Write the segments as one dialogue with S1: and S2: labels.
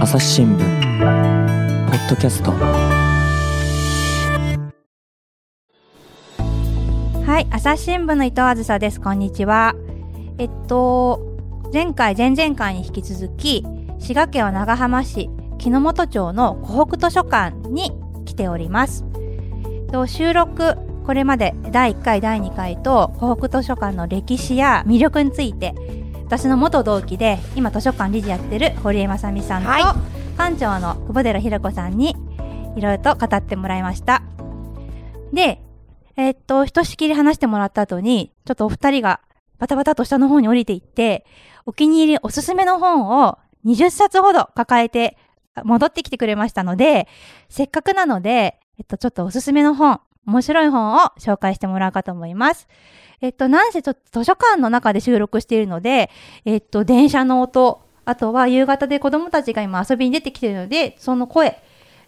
S1: 朝日新聞ポッドキャスト
S2: はい、朝日新聞の伊藤あずさです。こんにちは。えっと、前回、前々回に引き続き、滋賀県は長浜市木之本町の湖北図書館に来ております。えっと収録、これまで第1回、第2回と湖北図書館の歴史や魅力について、私の元同期で、今図書館理事やってる堀江正美さんと、
S3: はい
S2: 館長の久保寺ひろ子さんに、いろいろと語ってもらいました。で、えーっと、ひとしきり話してもらった後に、ちょっとお二人がバタバタと下の方に降りていって、お気に入りおすすめの本を20冊ほど抱えて戻ってきてくれましたので、せっかくなので、えっと、ちょっとおすすめの本、面白い本を紹介してもらおうかと思います。えっと、なんせちょっと図書館の中で収録しているので、えっと、電車の音、あとは夕方で子供たちが今遊びに出てきているので、その声、え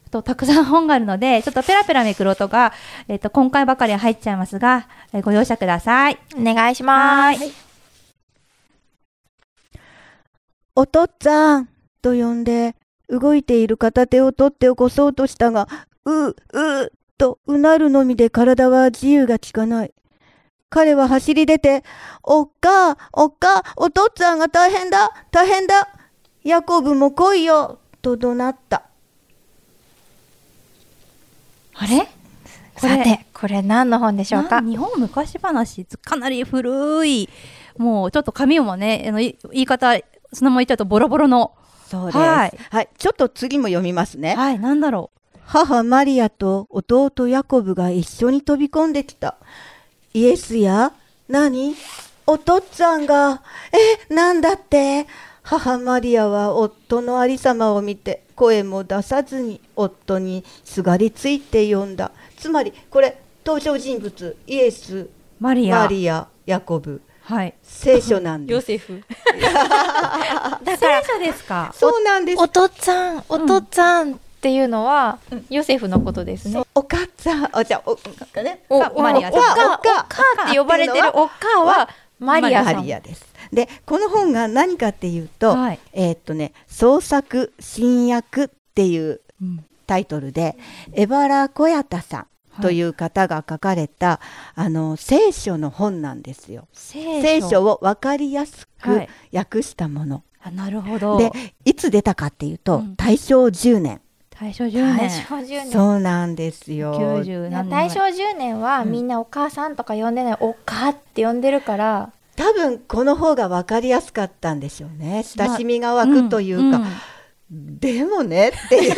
S2: っとたくさん本があるので、ちょっとペラペラめくる音が、えっと、今回ばかりは入っちゃいますが、えーご容赦ください。
S3: お願いし
S2: は
S3: ま
S2: ーい
S3: す。
S4: お父っつぁんと呼んで、動いている片手を取って起こそうとしたが、うう、うう、とうなるのみで体は自由が利かない。彼は走り出て、おっかあ、おっかあ、お父っつぁんが大変だ、大変だ、ヤコブも来いよ、と怒鳴った。
S2: あれこれ
S3: さて、これ何の本でしょうか
S2: な日本昔話かなり古いもうちょっと紙もねあのい言い方そのまま言っちゃうとボロボロの
S4: そう
S2: ですはい
S4: ちょっと次も読みますね
S2: はいなんだろ
S4: 母マリアと弟ヤコブが一緒に飛び込んできた。イエスや何お父っつぁんが、え、なんだって母マリアは夫のありさまを見て声も出さずに夫にすがりついて呼んだ。つまりこれ登場人物イエス、
S2: うマリア
S4: マリア、ヤコブ、
S2: はい
S4: 聖書なんです。
S2: セフ
S3: だ
S2: 聖
S3: から、
S2: 書ですか
S4: そうなんです
S3: お。父っつぁん、お父っつぁんっていうのは、ヨセフのことですね。
S4: お母さん、あ、じゃあ、お、ね、
S3: お、
S2: か
S3: お
S2: マリア
S3: おっか、おっ
S4: おっか
S3: かって呼ばれてるおっかは、マリアさ
S4: マ
S3: ん。
S4: リアです。で、この本が何かっていうと、
S2: はい
S4: えーっとね、創作新約っていう
S2: うん
S4: タイトルで、エバラ・コヤタさんという方が書かれた、あの聖書の本なんですよ。
S2: 聖
S4: 聖書を分かりやす
S2: は
S4: く
S2: い
S4: 訳したもの。
S2: あなるほど
S4: で、いつ出たかっていうと、
S2: うん
S4: 大正10年。
S2: 大正10
S3: 大
S2: 年
S3: 正10年。
S4: そうなんですよ。
S2: 90何年
S3: 大正10年は
S2: うん
S3: みんなお母さんとか呼んでない、おっかって呼んでるから、
S4: 多分この方が分かりやすかったんでしょうね。
S2: まあ
S4: 親しみが湧くというか、
S2: んん
S4: でもねっていう
S2: し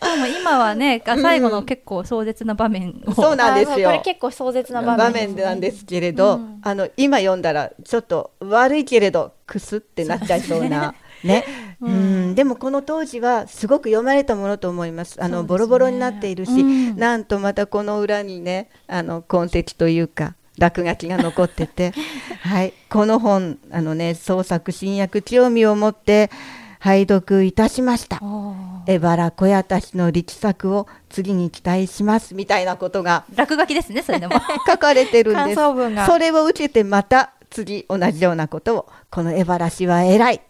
S2: かも今はねが最後の結構壮絶な場面を
S4: そうなんですよ
S3: あそうこれ結構壮絶な場
S4: 場
S3: 面です
S4: 面
S3: ね
S4: なんですけれど、
S3: うん
S4: あの今読んだらちょっと悪いけれどくすってなっちゃいそうな。ね、うんでもこの当時はすごく読まれたものと思いますあ
S2: そうで
S4: の
S2: すね
S4: ボロボロになっているし、
S2: うん
S4: なんとまたこの裏にねあの痕跡というか落書きが残ってて、はい、この本あの、ね「創作新薬興味を持って拝読いたしました」
S2: お
S4: 「
S2: ー
S4: エバラ小屋たちの力作を次に期待します」みたいなことが
S2: 落書きですねそれでも
S4: 書かれてるんです。
S3: 感想文が。
S4: それを受けてまた次同じようなことをこの「エバラシは偉い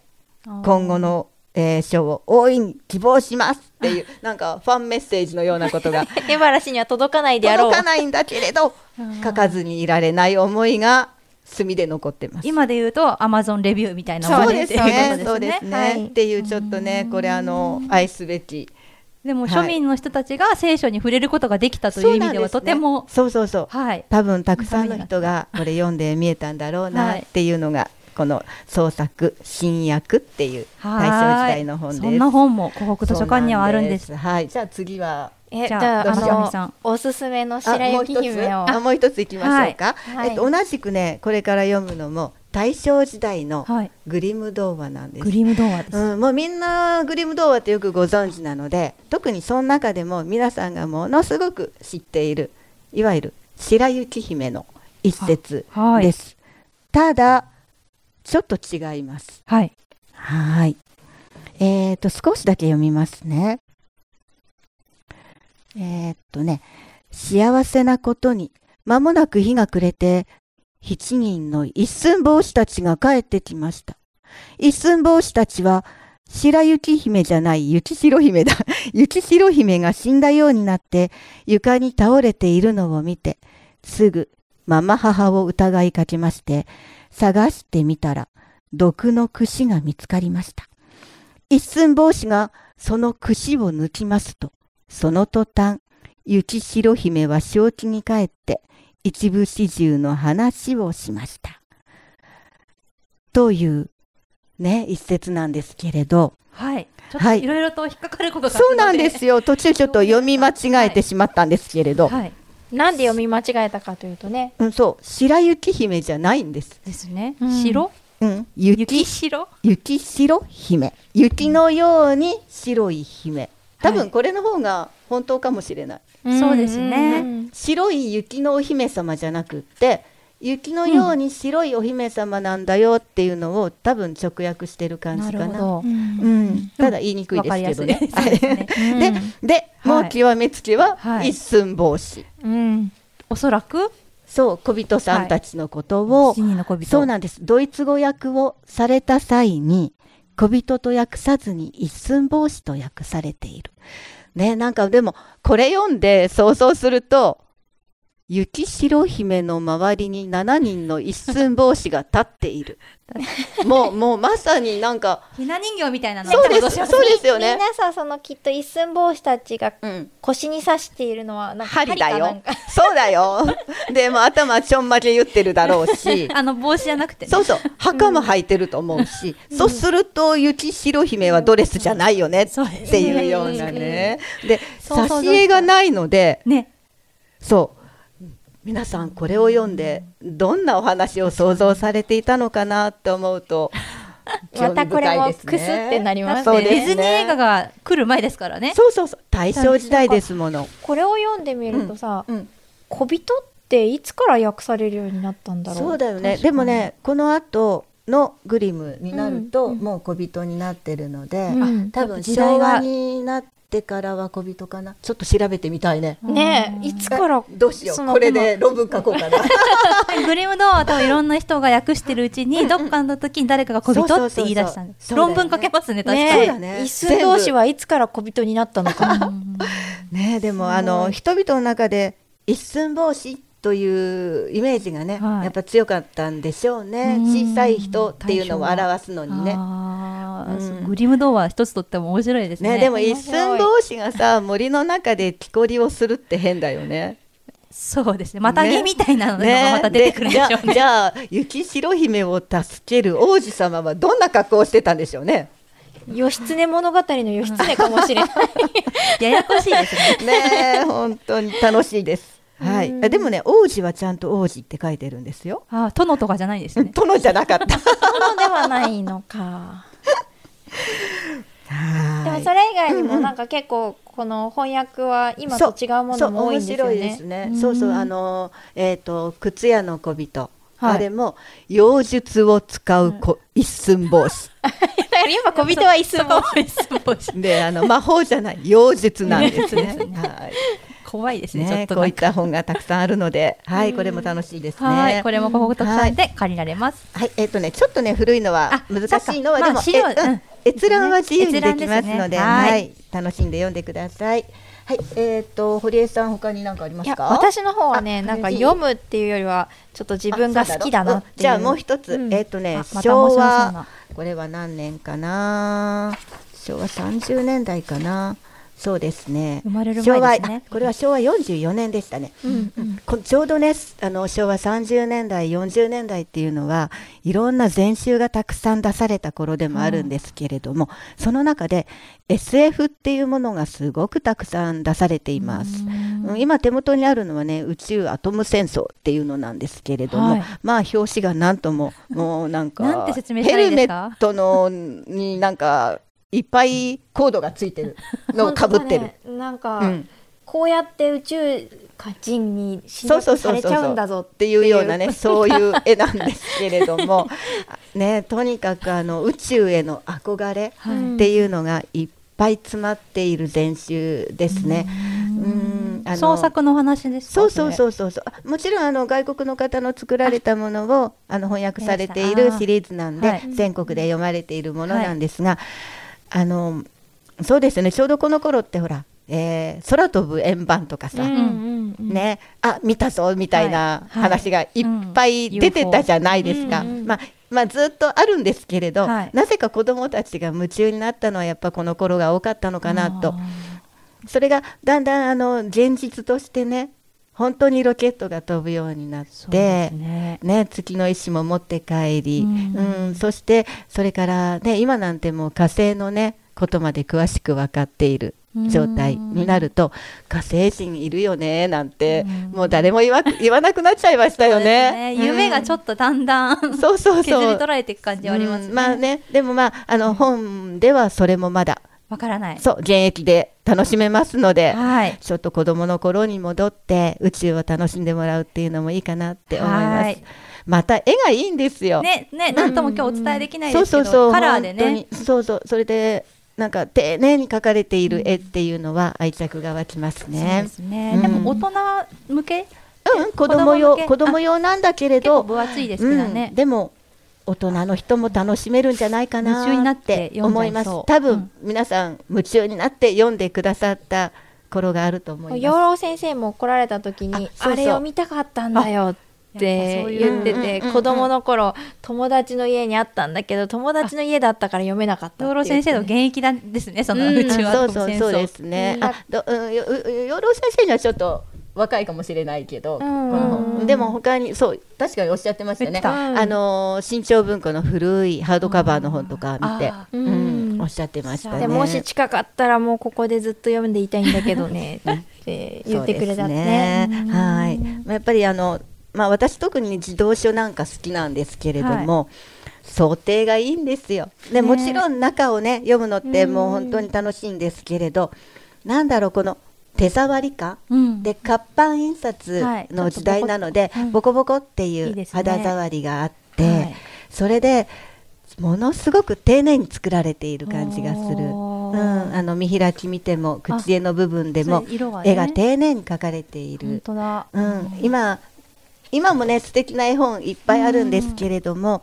S4: 今後の、えー賞を大いに希望します」っていうなんかファンメッセージのようなことが
S3: エバラ氏には届かないであろう
S4: 届。かないんだけれど書かずにいられない思いが墨で残ってます。
S2: 今で言うとアマゾンレビューみたいなもの
S4: そうです
S2: っていうこと
S4: ね、そうですね、
S3: はい
S4: っていうちょっとね、これあの愛すべき
S2: でも
S4: はい
S2: 庶民の人たちが聖書に触れることができたという意味では
S4: そ
S2: と
S4: うな
S2: て
S4: んすね
S2: も、
S4: そうそうそう、
S2: はい、
S4: 多分たくさんの人がこれ読んで見えたんだろう
S2: は
S4: ないっていうのがこの創作新訳っていう大正時代の本です。
S2: そんな本も湖北図書館にはあるんです。
S4: そうなんはい、じゃあ次は。
S3: え
S2: じゃあ
S3: あ
S4: どうしよう
S2: みさ
S3: の
S2: ん
S3: おすすめの
S4: あ
S3: 白
S4: もう
S3: 雪
S4: 一つ
S3: 姫を
S4: あもう一ついきましょうか、
S3: はいはい
S4: えっと、同じくねこれから読むのも大正時代の
S2: はい、
S4: グリム童話なんです、
S2: グリム童話です。
S4: うん、もうみんなグリム童話ってよくご存知なので特にその中でも皆さんがものすごく知っているいわゆる白雪姫の一節
S2: はい
S4: です、ただちょっと違います
S2: はい、
S4: はい。えっ、と、少しだけ読みますね。えっ、とね、幸せなことに、間もなく日が暮れて、七人の一寸法師たちが帰ってきました。一寸法師たちは、白雪姫じゃない雪白姫だ。 雪白姫が死んだようになって、床に倒れているのを見て、すぐ、ママ母を疑いかけまして、探してみたら、毒の櫛が見つかりました。一寸法師がその櫛を抜きますと、その途端、雪白姫は正気に帰って、一部始終の話をしました。という、ね、一節なんですけれど、
S2: はい。ちょっと
S4: はい
S2: いろいろと引っかかることがあるの
S4: そうなんですよ。途中ちょっと読み間違えてしまったんですけれど、
S2: はい。
S3: なんで読み間違えたかというとね、
S4: うん、そう、白雪姫じゃないんです。
S2: ですね。
S3: うん
S2: 白
S4: うん、雪
S2: 雪白
S4: 雪白姫雪のように白い姫多分これの方が本当かもしれない、
S2: そうですね
S3: うん
S4: 白い雪のお姫様じゃなくって雪のように白いお姫様なんだよっていうのを多分直訳してる感じかな
S2: ど
S3: う。ん
S4: うん、ただ言いにくいですけどね
S2: わかりやすいですね
S4: はい でで、
S2: はい
S4: もう極めつけは
S2: はい
S4: 一寸法師、
S3: うん
S2: おそらく、
S4: そう小人さんたちのことを、
S2: 七人の小人。
S4: そうなんです。ドイツ語訳をされた際に、小人と訳さずに一寸法師と訳されている。ね、なんかでも、これ読んで想像すると、雪白姫の周りに7人の一寸法師が立ってい る。もう、もうまさになんか、
S2: ひな人形みたいなの
S4: そうです、そうですよ
S5: みん
S4: ね。
S5: なさそのきっと一寸法師たちが
S4: うん。
S5: 腰に刺しているのはなんか
S4: 針だ
S5: かなん
S4: よ
S5: か。
S4: そうだよ。で、もう頭ちょんまげ言ってるだろうし。
S2: あの、帽子じゃなくてね。
S4: そうそう袴履いてると思うし、そうすると雪白姫はドレスじゃないよねっ
S2: そうです
S4: ていうようなね、で
S2: そうそう
S4: 挿絵がないので
S2: ね。
S4: そう皆さんこれを読んでどんなお話を想像されていたのかなって思うと
S5: またこれも
S4: 興味深いですね
S5: くすってなります
S4: そ
S5: ね
S4: うですね
S2: ディズニー映画が来る前ですからね。
S4: そうそうそう大正時代ですもの、
S3: これを読んでみるとさ、
S4: うん、
S3: 小人っていつから訳されるようになったんだろう
S4: そうだよ
S3: 確
S4: ね
S3: かに
S4: でもねこの後のグリムになると、
S3: うん
S4: もう小人になってるので、
S3: うん
S4: 多分
S2: 時代
S4: 昭
S2: が
S4: 和になってからは小人かなちょっと調べてみたいね
S3: ねえいつから
S4: どうしよう
S3: その
S4: これで論文書こうかな
S2: グリムドアは多分いろんな人が訳してるうちに、どっかの時に誰かが小人って言い出したんです。
S4: そうそうそうそう
S2: 論文書けますね、確かに。
S4: そう
S3: ね
S4: だね
S3: え一寸同士はいつから小人になったのか
S4: ねえでもあの人々の中で一寸法師というイメージがね、
S2: はい
S4: やっぱ強かったんでしょうね
S2: うん
S4: 小さい人っていうのを表すのにね
S2: あーそう
S4: うん
S2: グリム童話一つとっても面白いですね。
S4: ねでも一寸法師がさ森の中で木こりをするって変だよね
S2: そうですね。またぎ
S4: ね
S2: みたいなのが
S4: ね
S2: また出てくるんでしょうね。
S4: じゃあじゃあ雪白姫を助ける王子様はどんな格好をしてたんでしょうね
S3: 義経物語の義経かもし れない
S2: ややこしいですね。
S4: ねえ本当に楽しいです。は
S3: う
S4: い、
S3: ん
S4: あでもね王子はちゃんと王子って書いてるんですよ。
S2: あー、殿とかじゃないです ね。
S4: 殿じゃなかった。
S3: そうではないのか
S4: は
S5: でもそれ以外にもなんか結構この翻訳は今と違うものも多いんですよ
S4: そう面白いで
S5: ね
S4: す。ね。そうそうあのえっ、と靴屋の小人、あれも妖術を使うこ、一寸法師
S3: だから今小人は一 寸同士
S4: であの魔法じゃない妖術なんですね。はい。
S2: 怖いですね。
S4: ね
S2: ちょっ
S4: こ
S2: と
S4: う
S2: ないん
S4: っ
S2: か。
S4: た本がたくさんあるので、はいこれも楽しいですね。
S2: はい、これも広告特産で借りられます。
S4: はい、えっ、とね、ちょっとね、古いのは
S2: あ
S4: 難しいのは、
S2: そっか
S4: でも、
S2: まあ資料
S4: えうん
S2: うん
S4: 閲覧は自由にできます
S2: 閲覧
S4: の
S2: です
S4: で、
S2: ねは
S4: はいい、楽しんで読んでください。はい、えっ、と、堀江さん、他に何かありま
S3: い
S4: す
S3: や
S4: か。
S3: 私の方はね
S4: あ
S3: なんか
S4: 嬉しい
S3: 読むっていうよりはちょっと自分が好きだなっていう
S4: あそうろうんじゃあ、もう一つ、
S3: うん
S4: えっ、とね、
S2: あまた面白
S4: 昭
S2: そう
S4: 和
S2: な。
S4: これは何年かな。昭和三十年代かな。そうですね。
S2: 生まれる前ですね
S4: 昭和あこれは昭和四十四年でしたね。
S3: うん
S4: こちょうどねあの昭和30年代40年代っていうのはいろんな全集がたくさん出された頃でもあるんですけれども、その中で SF っていうものがすごくたくさん出されています。うん今手元にあるのはね宇宙アトム戦争っていうのなんですけれども、
S2: はい
S4: まあ表紙がなんとももうなんか
S2: なんて説明した
S4: ヘ
S2: らいい
S4: ル
S2: ん
S4: メ
S2: ですか
S4: ットのになんかいっぱいコードがついてるのをかぶってる。
S5: 本当だね。なんか、
S4: うん
S5: こうやって宇宙人に侵略されちゃうんだぞ
S4: っ。ていうようなねそういう絵なんですけれど もねとにかくあの宇宙への憧れ
S2: はい
S4: っていうのがいっぱい詰まっている全集ですね。うんうんあの
S2: 創作のお話ですか
S4: そうそう
S2: う。
S4: そうそうそうあもちろんあの外国の方の作られたものをあの翻訳されてい
S2: 皆
S4: る
S2: さん
S4: シリーズなんで、
S2: はい
S4: 全国で読まれているものなんですが、あのそうですねちょうどこの頃ってほら、えー空飛ぶ円盤とかさ、
S5: うんうんうん
S4: ね、あ見たぞみたい
S2: は
S4: な
S2: いはい
S4: 話がいっぱい出てたじゃないですか。
S5: うん UFO
S4: まあまあ、ずっとあるんですけれど、
S2: はい
S4: なぜか子どもたちが夢中になったのはやっぱこの頃が多かったのかなと
S2: あ
S4: それがだんだんあの現実としてね本当にロケットが飛ぶようになっ
S2: そうで
S4: て
S2: す、ね。
S4: ね、月の石も持って帰り、
S2: うん
S4: うんそしてそれから、ね、今なんてもう火星のねことまで詳しく分かっている状態になると火星人いるよねなんて
S2: うん
S4: もう誰も言わ言わなくなっちゃいましたよね。
S2: 夢がちょ
S4: ょっ
S2: っとだんだん 削
S4: そうそ
S2: り
S4: うそう
S2: 取られていく感じはあります
S4: うんまあ
S2: ね。
S4: ねでもまああの本ではそれもまだ
S2: わからない。
S4: そう現役で楽しめますので。
S2: はい。
S4: ちょっと子供の頃に戻って宇宙を楽しんでもらうっていうのもいいかなって思いま
S2: は
S4: す
S2: い。
S4: また絵がいいんですよ。
S2: ね、ね、なんとも今日お伝えできない
S4: そ
S2: で
S4: う
S2: す
S4: そ
S2: け
S4: うそ
S2: ど、
S4: う。
S2: カラーでね
S4: 本。当に。そうそう。それでなんか丁寧に描かれている絵っていうのは愛着が湧きます
S2: そう
S4: ね
S2: で。すね。
S4: うん
S2: でも大人向け
S4: うんうん、子供
S2: 供
S4: 用
S2: 向
S4: 子
S2: け
S4: 供用なんだけれ
S2: 結構
S4: ど、
S2: 分厚いですけど
S4: うん、
S2: ね。
S4: でも大人の人も楽しめるんじゃないか
S2: 夢中に
S4: な
S2: な
S4: っ
S2: って
S4: て
S2: 読んじ
S4: 思
S2: ゃ
S4: い
S2: い
S4: ます。
S2: そう
S4: 多分、
S2: うん
S4: 皆さん夢中になって読んでくださった頃があると思い
S5: 養
S4: ます。
S5: 老先生も来られた時に
S4: あ
S5: あ
S4: そうそう
S5: れを見たかったんだよって言っ
S4: や
S5: て
S4: っぱそういう
S5: て
S4: うん
S5: 子供の頃友達の家にあったんだけど友達の家だったから読めなかったって
S2: 養
S5: 言
S2: 老
S5: って
S2: 先
S5: ね
S2: 生の現役だですね、その
S5: うん
S2: うちは。
S4: そうそう
S2: 戦争
S4: そうですね。
S5: うん
S4: あ、どうん、よう養老先生にはちょっと若いかもしれないけど、
S2: ん
S4: この
S5: うん
S4: でも他にそう確かにおっしゃってましたよね。
S2: 言って
S5: た
S4: あのー新潮文庫の古いハードカバーの本とか見て
S2: あ、
S5: ー
S4: うん
S5: うん
S4: おっしゃってましたね。
S5: でもし近かったらもうここでずっと読んでいたいんだけどね って言ってくれたね。
S4: そうですねはい。まあやっぱりあのまあ私特に児童書なんか好きなんですけれども。想定がいいんですよ、ね、もちろん中をね読むのってもう本当に楽しいんですけれど、なんだろうこの手触り感、
S2: うん。
S4: で活版印刷
S2: はい
S4: の時代なので、
S2: ちょっと
S4: ボ
S2: ボ
S4: コボコってい
S2: いいうですね
S4: 肌触りがあって、
S2: はい
S4: それでものすごく丁寧に作られている感じがする、う
S2: お
S4: ん、
S2: ー
S4: あの見開き見ても口絵の部分でも
S2: そう色がね
S4: 絵が丁寧に描かれてい
S2: 本
S4: る、
S2: 当だ。
S4: うん、今今もね素敵な絵本いっぱいあるんですけれども、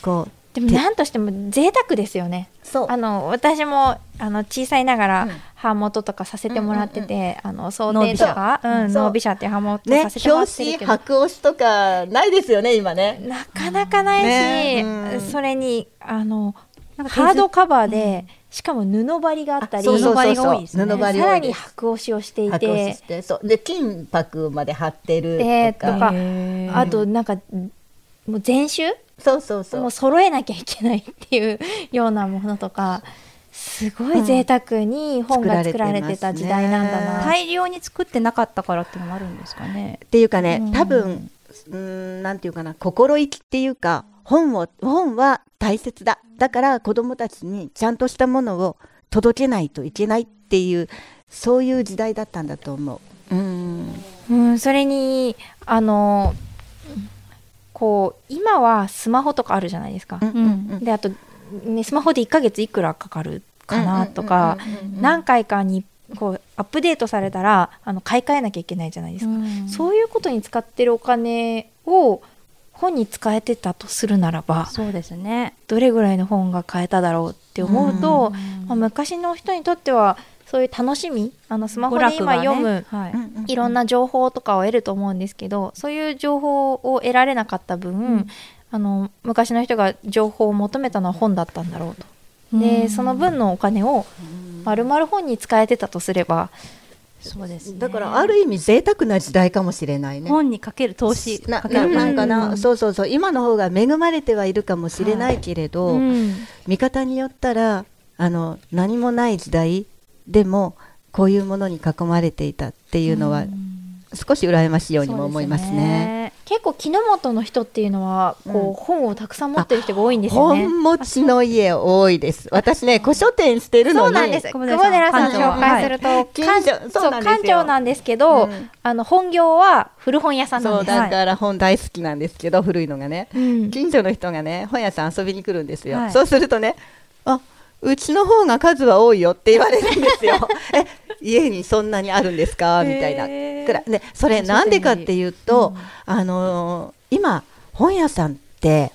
S4: こう
S5: でも何としても贅沢ですよね。
S4: そう
S5: あの私もあの小さいながら版元とかさせてもらってて、あの想定とか、
S4: ノービシャ
S5: うん、
S4: そう
S5: ノービシャっていう版元
S4: ね
S5: させてもらっ
S4: 表
S5: て
S4: 紙
S5: るけど、
S4: 白押しとかないですよね今ね。
S5: なかなかないし、
S4: ねうん
S5: それにあの
S2: なんか手作
S5: ハードカバーで、しかも布張りがあったり、
S4: そうそう
S2: 布張
S4: そう
S2: りが
S4: そ
S2: 多
S4: う
S2: いですね
S4: 布張り
S5: さ
S4: 多
S5: ら
S4: いで
S5: に
S4: す
S5: 白押しをしてい
S4: 白押してしてそうで金箔まで貼ってる
S5: で
S4: と
S5: と
S4: か、
S5: か
S2: へー
S5: あとなんかもう全集
S4: そうそうそう
S5: もう揃えなきゃいけないっていうようなものとかすごい贅沢に本が作られてた時代なんだな、
S4: うん
S2: 大量に作ってなかったからっていうのもあるんですかね。
S4: っていうかね、
S5: うん
S4: 多分うーんなんていうかな心意気っていうか本を本は大切だだから子どもたちにちゃんとしたものを届けないといけないっていうそういう時代だったんだと思う。うん
S5: うん、それにあのこう今はスマホとかあるじゃないですか、
S4: うんうん
S5: であと、ね、スマホで1ヶ月いくらかかるかなとか、何回かにこうアップデートされたらあの買い替えなきゃいけないじゃないですか、そういうことに使ってるお金を本に使えてたとするならば
S2: そうですね。
S5: どれぐらいの本が買えただろうって思うと、まあ、昔の人にとってはそういう楽しみあのスマホで今読む、
S2: はい
S4: うんうん
S5: いろんな情報とかを得ると思うんですけどそういう情報を得られなかった分、あの昔の人が情報を求めたのは本だったんだろうと。で、その分のお金を丸々本に使えてたとすれば、
S2: そうですね。
S4: だからある意味贅沢な時代かもしれないね。
S2: 本にかける投資
S4: な
S2: かけ
S4: な
S2: る
S4: なんかな、
S5: うん
S4: そうそうそう今の方が恵まれてはいるかもしれないけれど、
S5: うん
S4: 見方によったらあの何もない時代でもこういうものに囲まれていたっていうのは少し羨ましいようにも思いますね。。
S5: 結構木の元の人っていうのはこう、本をたくさん持ってる人が多いんですよね。
S4: 本持ちの家多いです。私ね、古書店してるのに。
S5: そうなんです。
S2: 久
S5: 久
S2: 保
S5: 保
S2: 寺
S5: 寺
S2: さん
S5: さん紹介すると、
S4: 館長はい
S5: 館そう
S4: 近所そうなんですよ
S5: 館長なんですけど、
S4: うん
S5: あの本業は古本屋さんな
S4: そ
S5: ん
S4: う
S5: です。
S4: だから本大好きなんですけど、古いのがね、
S5: うん
S4: 近所の人がね本屋さん遊びに来るんですよ、
S2: はい
S4: そうするとねあうちの方が数は多いよって言われるんですよえ家にそんなにあるんですかみたいなくらいでそれなんでかっていうと、あのー今本屋さんって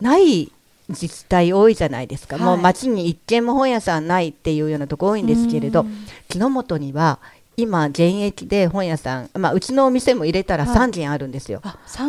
S4: ない自治体多いじゃないですか、もう町に一軒も本屋さんないっていうようなとこ多いんですけれど、木の本には今現役で本屋さん、まあ、うちのお店も入れたら3軒あるんですよ、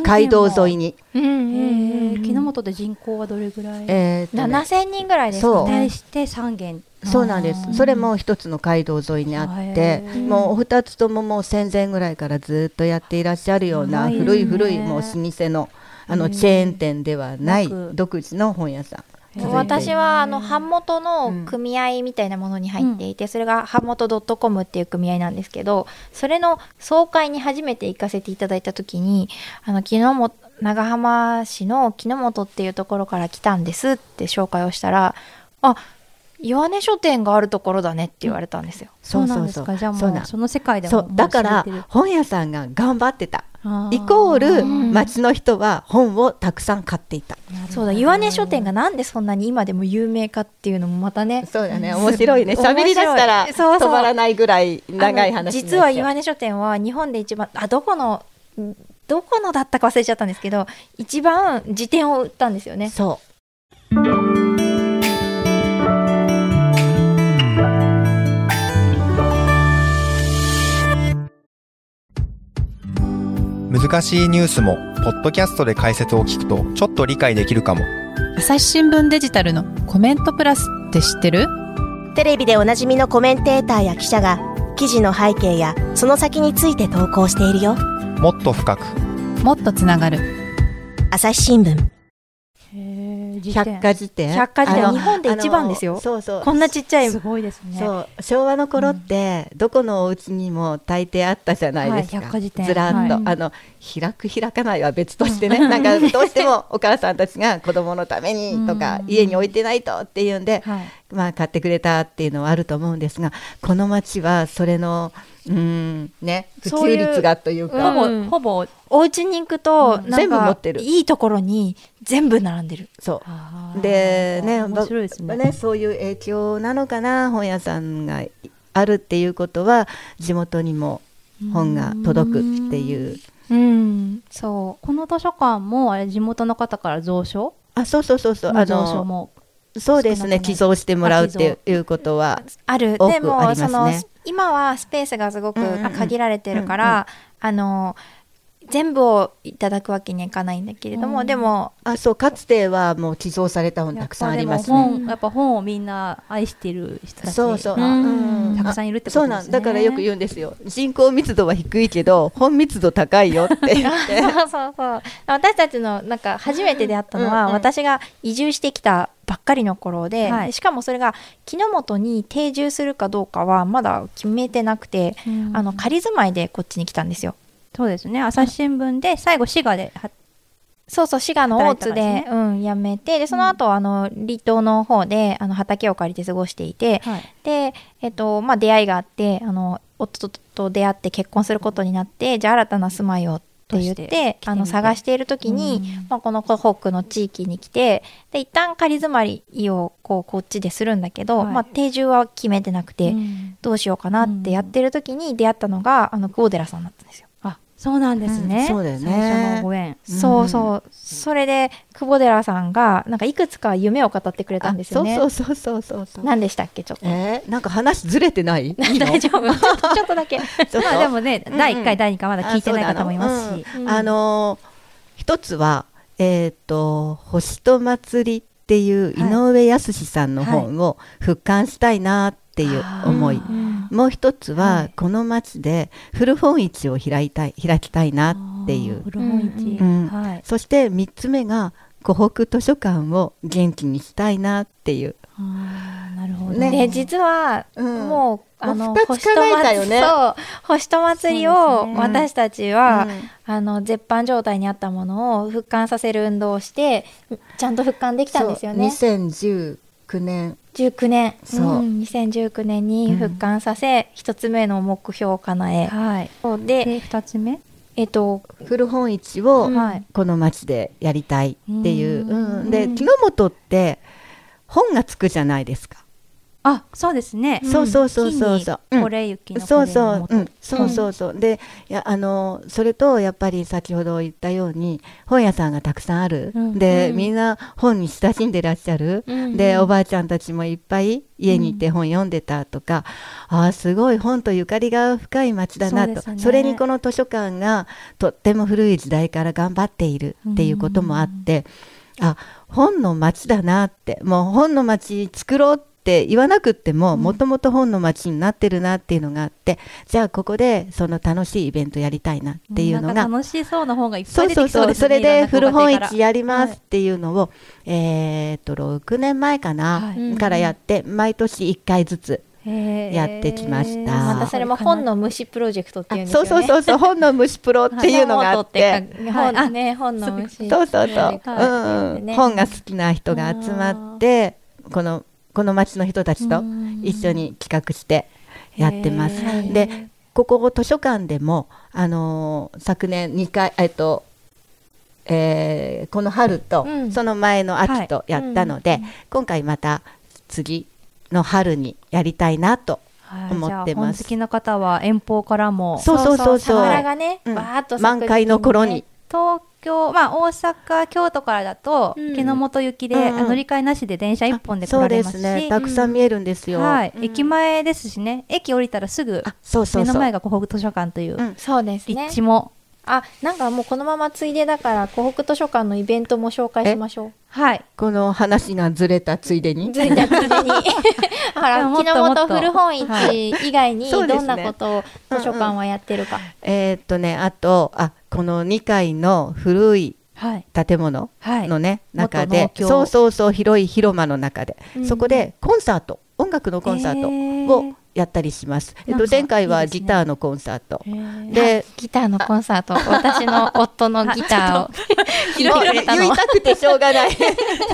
S4: 街道沿い
S2: に。
S4: に。
S5: うん
S2: え
S5: うん
S2: ー、木の本で人口はどれぐらい、
S4: えーっとね
S5: 7000人ぐらいです
S4: そ
S5: か
S4: う
S5: ね
S2: 対して3軒。
S4: そうなんで
S2: あー
S4: す。それも一つの街道沿いにあって
S2: へ、ー
S4: もうお二つとももう戦前ぐらいからずっとやっていらっしゃるよう
S2: 長
S4: な
S2: いです
S4: 古
S2: ね
S4: い古いもう老舗のあ
S2: へ
S4: の
S2: ー
S4: チェーン店ではない
S2: なく
S4: 独自の本屋さ
S2: へ
S4: 続いて
S2: ー
S4: る
S5: 私はあの版元の組合みたいなものに入っていて、それが版元 .com っていう組合なんですけどそれの総会に初めて行かせていただいた時にあの昨日も長浜市の木の本っていうところから来たんですって紹介をしたら「あ岩根書店があるところだね」って言われたんですよ。
S2: そう
S4: う
S2: なん
S4: そう
S2: です
S4: そう
S2: か。じゃあも
S4: そう
S2: う
S4: なん
S2: その世界
S4: ん。
S2: で
S4: そ
S2: も
S4: うだから本屋さんが頑張ってた。イコール町の人は本をたくさん買っていた。
S5: そうだ岩根書店がなんでそんなに今でも有名かっていうのもまたね
S4: そうだね。面白いね。喋り出したら
S5: 面白い
S4: 止
S5: そうそう
S4: まらないぐらい長い
S5: あ
S4: 話に
S5: の
S4: なっちゃう。
S5: 実は岩根書店は日本で一番あどこのんどこのだったか忘れちゃったんですけど一番辞典を売ったんですよね
S4: そう。
S6: 難しいニュースもポッドキャストで解説を聞くとちょっと理解できるかも
S7: 朝日新聞デジタルのコメントプラスって知ってる
S8: テレビでおなじみのコメンテーターや記者が記事の背景やその先について投稿しているよ
S6: もっと深く
S7: もっとつながる
S8: 朝日新聞
S4: 百科事典。
S5: 百科事典
S4: あの
S5: 日本で一番ですよ
S4: あのそうそう。
S5: こんなちっちゃい
S2: すごいですね。
S4: そう昭和の頃って、どこのお家にも大抵あったじゃないですか、
S2: はい百科事典
S4: ずらっと、
S2: はい
S4: あの開く開かないは別としてね、なんかどうし てもお母さんたちが子供のためにとか、
S2: うん
S4: 家に置いてないとっていうんで、
S2: はい。
S4: まあ、買ってくれたっていうのはあると思うんですがこの町はそれのうんね普
S5: そうい
S4: 及
S5: う
S4: 率がというか
S5: うん
S2: ほぼほぼ
S5: お家に行くとなんか
S4: 全部持ってる
S5: いいところに全部並んでる
S4: そう
S2: あー
S4: でね
S2: 面白いですね。
S4: ばねそういう影響なのかな本屋さんがあるっていうことは地元にも本が届くっていう
S5: うんそう
S2: この図書館もあれ地元の方から蔵書
S4: あそうそうそうそう
S2: の
S4: あ
S2: 蔵書
S4: の
S2: も
S4: そうですね
S2: 少なくな
S4: 寄
S2: い
S4: 贈してもらうっていうことは
S5: ある
S4: 多く
S5: でも
S4: ありますね
S5: その今はスペースがすごく
S4: うんうんうん
S5: 限られてるから、あの全部をいただくわけにはいかないんだけれども、
S2: うん
S5: でも
S4: あそうかつてはもう寄贈された本たくさんありますね
S2: やっぱでも本やっぱ本をみんな愛してる人たち
S4: そうそう、
S5: うん
S2: たくさんいるってこと
S4: そう
S2: で
S4: な
S2: す
S4: ん
S2: ね。
S4: だからよく言うんですよ人口密度は低いけど本密度高いよって 言って
S5: そうそうそう私たちのなんか初めて出会ったのは、
S4: うんうん
S5: 私が移住してきたばっかりの頃で,で、
S2: はい
S5: しかもそれが木の本に定住するかどうかはまだ決めてなくて、
S2: うん
S5: あの仮住まいでこっちに来たんですよ。
S2: そうですね。朝日新聞で最後滋賀では
S5: そうそう滋賀の大津で
S2: 働いてた
S5: うん、辞めてでその後あの離島の方であの畑を借りて過ごしていて
S2: はい
S5: で、えっとまあ、出会いがあってあの夫と出会って結婚することになってじゃあ新たな住まいをって言っ
S2: として来
S5: て
S2: てみて
S5: あの探している時に、
S2: うん
S5: まあ、この湖北の地域に来てで一旦仮住まいをこうこっちでするんだけど、
S2: はい
S5: まあ、定住は決めてなくて、
S2: うん
S5: どうしようかなってやってる時に出会ったのがあの久保寺さんだったんですよ。
S2: あそうなんですね。
S4: うんそうだよね
S2: 最初のご縁。
S4: うん
S5: そうそうそれで久保寺さんがなんかいくつか夢を語ってくれたんですよね。
S4: そうそうそうそうそう
S5: 何でしたっけちょっと
S4: えー、なんか話ずれてない 大
S5: 大丈 夫ちょっとちょっとだけ
S2: まあでもね、
S4: うん
S2: 第1回、第2回まだ聞いてない方もいますし。
S5: うん
S4: あのー一つは、えーと「星と祭り」っていう井上康さんの本を復刊したいなっていう思い、もう一つは、
S2: はい
S4: この町で古本市を開いたい開きたいなっていう
S2: 古本市。
S4: うん
S2: はい。
S4: そして3つ目が湖北図書館を元気にしたいなっていう。
S2: あーなるほど。
S4: ね
S5: で実は
S4: うん
S5: もう、あ
S4: も
S5: の
S4: う二つ
S5: 星と
S4: 叶えたよね
S5: そう星と祭り
S2: そう
S5: を
S2: ですね
S5: 私たちは、あの絶版状態にあったものを復刊させる運動をしてちゃんと復刊できたんですよね
S4: そう2019年
S5: 19年
S4: そうん
S5: 2019年に復刊させ、一つ目の目標を叶え、
S2: はい。
S5: そうで
S2: で、2つ目
S5: えっと
S4: 古本市を、
S5: うん
S2: はい。
S4: この町でやりたいっていう、
S2: うん
S4: うんで木の本って本がつくじゃないですか
S2: あ、そうですね。
S4: そうそうそうそうそう
S2: 木に
S4: うん
S2: これ雪の
S4: そ
S2: こ
S4: う
S2: れ
S4: そ
S2: の
S4: う
S2: 元、
S4: うん、そうそうそう。で、いや、あの、それと、やっぱり先ほど言ったように、本屋さんがたくさんある。
S2: うん
S4: で、
S3: うん
S4: みんな本に親しんでらっしゃる。で、おばあちゃんたちもいっぱい家にいて本読んでたとか、ああ、すごい本とゆかりが深い町だな
S2: そうで
S4: と。
S2: す
S4: そ,、
S2: ね
S4: れにこの図書館がとっても古い時代から頑張っているっていうこともあって、あ、本の町だなって、もう本の町作ろうって言わなくっても、もともと本の町になってるなっていうのがあって、じゃあここでその楽しいイベントやりたいなっていう
S2: な
S4: の
S2: ん
S4: が
S2: か、楽しそうな方がいっぱ
S4: そ
S2: いう出
S4: そ
S2: て
S4: う
S2: きそ
S4: そうう、
S2: です
S4: そ
S2: ね。
S4: れで古本市
S2: や
S4: やりますっていうのを、えーっと6年前か
S2: は
S4: な、
S2: い
S4: からやって毎年1回ずつ、やってきました
S5: またそれも本の虫プロジェクトっていうんです
S4: そ
S5: よ
S4: う
S5: ね。
S4: そうそうそう本の虫プロっていうのがあって。
S5: 本
S2: はい
S5: 本ね本の虫。
S4: そうそうそう、
S5: は
S4: う
S5: い
S4: んうん、本が好きな人が集まってこのこの町の人たちと一緒に企画してやってます。でここ図書館でも、あのー昨年2回、えっとえーこの春と、
S5: うん
S4: その前の秋とやったので、今回また次の春にやりたいなと
S2: はい
S4: 思っ
S2: じ
S4: てます
S2: ゃあ本好きの方は遠方からも
S4: そうそうそうそう
S5: 桜がね、
S4: うん
S5: バーっと咲く時期にね
S4: 満開の頃に。
S2: 東京、まあ、大阪京都からだと、
S5: うん
S2: 池の本行きで、
S4: うんうん
S2: 乗り換えなしで電車一本で来
S4: そ
S2: ら
S4: う
S2: れ
S4: で
S2: ます
S4: す
S2: し
S4: ねたくさん見えるんですよ。
S2: はい
S5: うん
S2: 駅前ですしね駅降りたらすぐ
S4: あそうそう
S2: 目
S4: そう
S2: の前が湖北図書館といううん
S5: そうですね
S2: 立地も、
S5: あなんかもうこのままついでだから湖北図書館のイベントも紹介しましょう
S2: はい
S4: この話がずれたついでに。
S5: ずれたついでにほ
S2: いや
S5: ら
S2: もっと
S5: 木の
S2: もっと
S5: 本古本
S2: は
S5: 市以外に
S4: そうで
S5: ど
S4: す
S5: ん
S4: ね
S5: なことを図書館はやってるか、
S4: えーっとねあとあこの2階の古い
S2: はい
S4: 建物
S2: はい
S4: のね、中で
S2: 元農協
S4: そうそうそう広い広間の中で、そこでコンサート音楽のコンサ
S2: え
S4: ー
S2: ー
S4: トをやったりします、えっ
S2: なん
S4: と、
S2: か
S4: 前回はい
S2: いですね
S4: ギターのコンサート、
S2: え
S4: で
S5: ギターのコンサート私の夫のギターを
S4: もう言いたくてしょうがない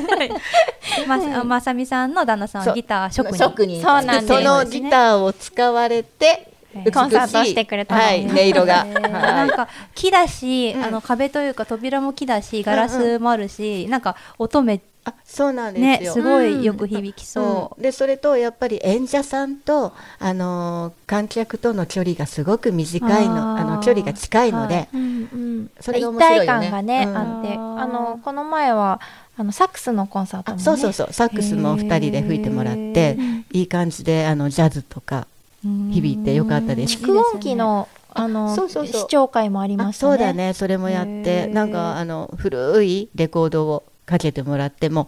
S2: ーまさまさみさんの旦那さん
S4: そ
S2: は
S4: う
S2: ギター職人
S4: 職人
S5: そうなんです
S4: そのギターを使われて
S2: えー
S4: 美しい
S5: コンサートしてくれたの
S4: はい、音色が、
S2: えー
S4: は
S2: なん
S4: い
S2: か木だし、
S4: うん
S2: あの壁というか扉も木だしガラスもあるし、なんか音め
S4: あそうなんで
S2: ね
S4: すよ、
S2: すごいよく響きそう
S4: う、んでそれとやっぱり演者さんと、あのー観客との距離がすごく短いの
S2: あ
S4: あ
S2: ー
S4: の距離が近いので、
S2: は
S4: それが
S5: 一
S4: 面白
S5: 体
S4: いよね
S5: 感がね、
S4: うん
S5: あって
S2: あー
S5: あのこの前はあのサックスのコンサートも、
S4: あ
S5: ね、
S4: そうそうそうサックスも2人で吹いてもらっていい感じであのジャズとか響いてよかったです
S5: 蓄音機のあの
S4: そうそうそう
S5: 視聴会もありま
S4: あ
S5: したね
S4: そうだねそれもやっ
S2: へ
S4: て
S2: ー
S4: なんかあの古いレコードをかけてもらっても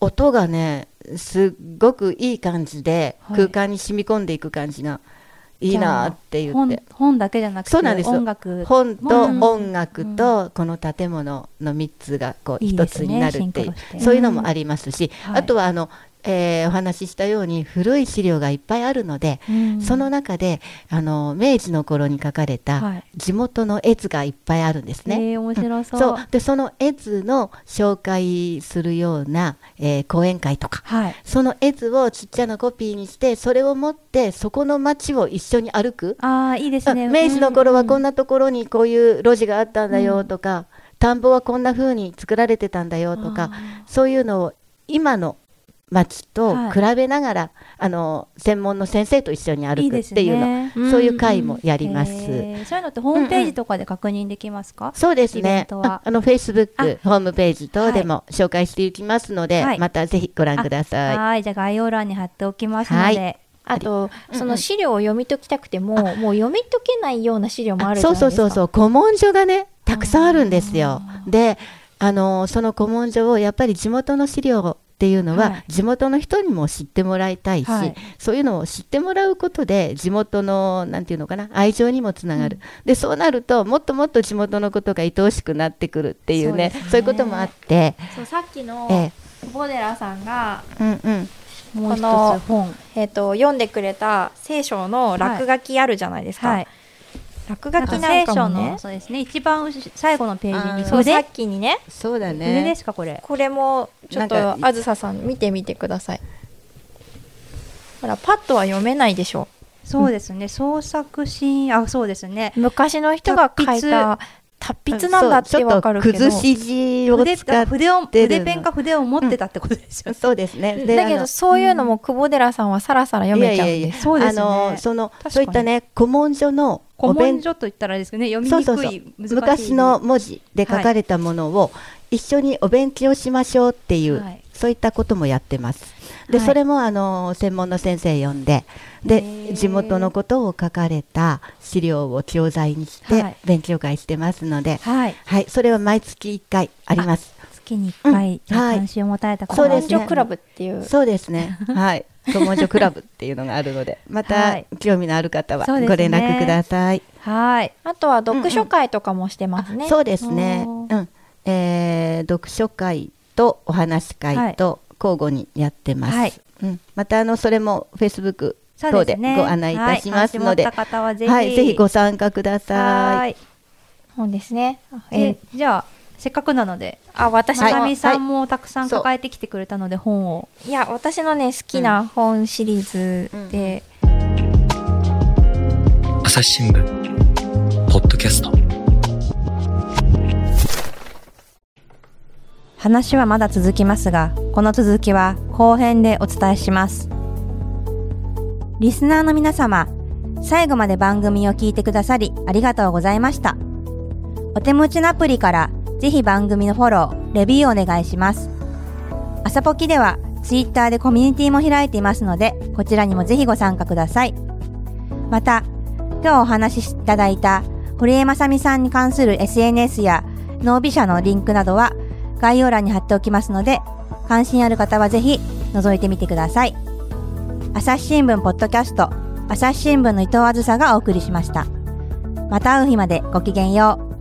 S4: 音がねすっごくいい感じで
S2: はい
S4: 空間に染み込んでいく感じがいいなって言っ
S2: 本
S4: て。
S2: 本だけじゃなくて
S4: そうなんですよ
S2: 音楽
S4: 本と
S2: うん
S4: 音楽とこの建物の3つがこう
S2: いいで
S4: 一
S2: す
S4: つ
S2: ね
S4: になるって
S2: シ
S4: い
S2: ン
S4: う
S2: クロして
S4: そういうのもありますし、
S2: うん
S4: あとはあの、えーお話ししたように古い資料がいっぱいあるので、
S2: うん
S4: その中であの明治の頃に書かれ
S2: は
S4: た
S2: い
S4: 地元の絵図がいっぱいあるんですね。
S2: えー面白そう,、
S4: そうでその絵図の紹介するような、えー講演会とか、
S2: はい
S4: その絵図をちっちゃなコピーにしてそれを持ってそこの街を一緒に歩く
S2: ああいいですね
S4: うん明治の頃はこんなところにこういう路地があったんだよとか、田んぼはこんな風に作られてたんだよとかそういうのを今の町と比べながら、あの専門の先生と一緒に歩くっていうの
S2: いいです
S4: そういう会もやります。
S2: えーそういうのってホームページとかで確認できますか、
S4: そうです
S2: イベン
S4: ね。
S2: トは
S4: ああの、Facebook
S2: あ、
S4: ホームページ等でも紹介していきますので、
S2: はい
S4: またぜひご覧ください。
S2: はいじゃあ概要欄に貼っておきますので、
S4: は
S5: あと、その資料を読み解きたくても、もう読み解けないような資料もあるじゃ
S4: そ
S5: な
S4: う
S5: いです
S4: そ
S5: か。。
S4: うそうそうう古文書がねたくさんあるんですよであのその古文書をやっぱり地元の資料っていうのは、
S2: はい
S4: 地元の人にも知ってもらいたいし、
S2: はい
S4: そういうのを知ってもらうことで地元のなんていうのかな愛情にもつながる、でそうなるともっともっと地元のことが愛おしくなってくるっていうねそういうこともあって、
S5: さっきの
S4: ええ
S5: ボデラさんが、
S4: うんうん、
S2: もう一つ
S5: この
S2: 本
S5: えっ、と読んでくれた聖書の落書きあるじゃないですか。
S2: はい
S5: 落
S2: な
S5: 書
S2: んか
S5: きな
S2: 聖
S5: んか
S2: 書
S5: もね
S2: の。そうですね一番うし最後のページに
S4: あー
S5: そう
S2: 筆
S5: さっきにね、
S4: そうだ
S2: 筆ですかこれ
S5: これもちょっ
S4: なん
S5: と
S4: か
S5: あずささん見てみてください。ほらパッとは読めないでしょ
S2: そうですね創作シーンあそうですね
S5: 昔の人が書い
S2: 達筆
S5: た達筆なんだってわかるけど
S4: そうちょっと崩し字を
S2: 筆
S4: 使っ
S2: 筆を
S4: てる
S2: 筆ペンか筆を持ってたってことでしょ、
S4: そうですね。で
S5: だけ
S4: あの
S5: どそういうのも久保寺さんはさらさら読めちゃうんで
S4: いや
S5: す
S4: いやいや
S2: そうですね
S4: あのその
S2: かに
S4: そういったね古文書のお
S2: 古文
S4: 弁
S2: 書と言ったらあれですけどね読み
S4: そう
S2: にくい
S4: そうそう
S2: 難しい
S4: 昔の文字で書かれたものを一緒にお勉強しましょうっていう、
S2: はい
S4: そういったこともやってます。で、
S2: はい
S4: それもあの専門の先生呼んでで地元のことを書かれた資料を教材にし
S2: は
S4: て
S2: い
S4: 勉強会してますので、はい
S2: はい
S4: それは毎月1回あります。
S2: 月に1回
S4: うんはい
S2: 関心を持たれた
S4: そう
S2: な
S4: で
S2: ん
S4: すね
S5: 古文書クラブっていう
S4: そうで すね。はい。古文書クラブっていうのがあるので、ま
S2: は
S4: た
S2: い
S4: 興味のある方は
S2: そうですね
S4: ご連絡ください。
S2: はい
S5: あとは読書会とかもしてますね、
S4: そうですね。
S2: お
S4: うん、えー読書会とお話し会と交互にやってます。
S2: はい
S4: うん、またあのそれも Facebook
S2: そう
S4: 等
S2: で
S4: です
S2: ね
S4: ご案内いたしますので、
S2: はい、関心持った方はぜひ、
S4: はい、ぜひご参加くださ。
S2: はいい
S5: そうですねえ
S2: えじゃあせっかくなので
S5: あ私
S2: ま
S5: の、
S2: さ
S4: はい
S2: みさんもたくさん抱えてきてくれたので本を、
S5: いや私のね好きな本シリーズで、
S1: 朝日新聞ポッドキャスト
S2: 話はまだ続きますが、この続きは後編でお伝えします。リスナーの皆様、最後まで番組を聞いてくださりありがとうございました。お手持ちのアプリからぜひ番組のフォロー、レビューをお願いします。朝ポキではツイッターでコミュニティも開いていますので、こちらにもぜひご参加ください。また、今日お話しいただいた堀江正美さんに関する SNS や脳美社のリンクなどは概要欄に貼っておきますので、関心ある方はぜひ覗いてみてください。朝日新聞ポッドキャスト、朝日新聞の伊藤あずさがお送りしました。また会う日までごきげんよう。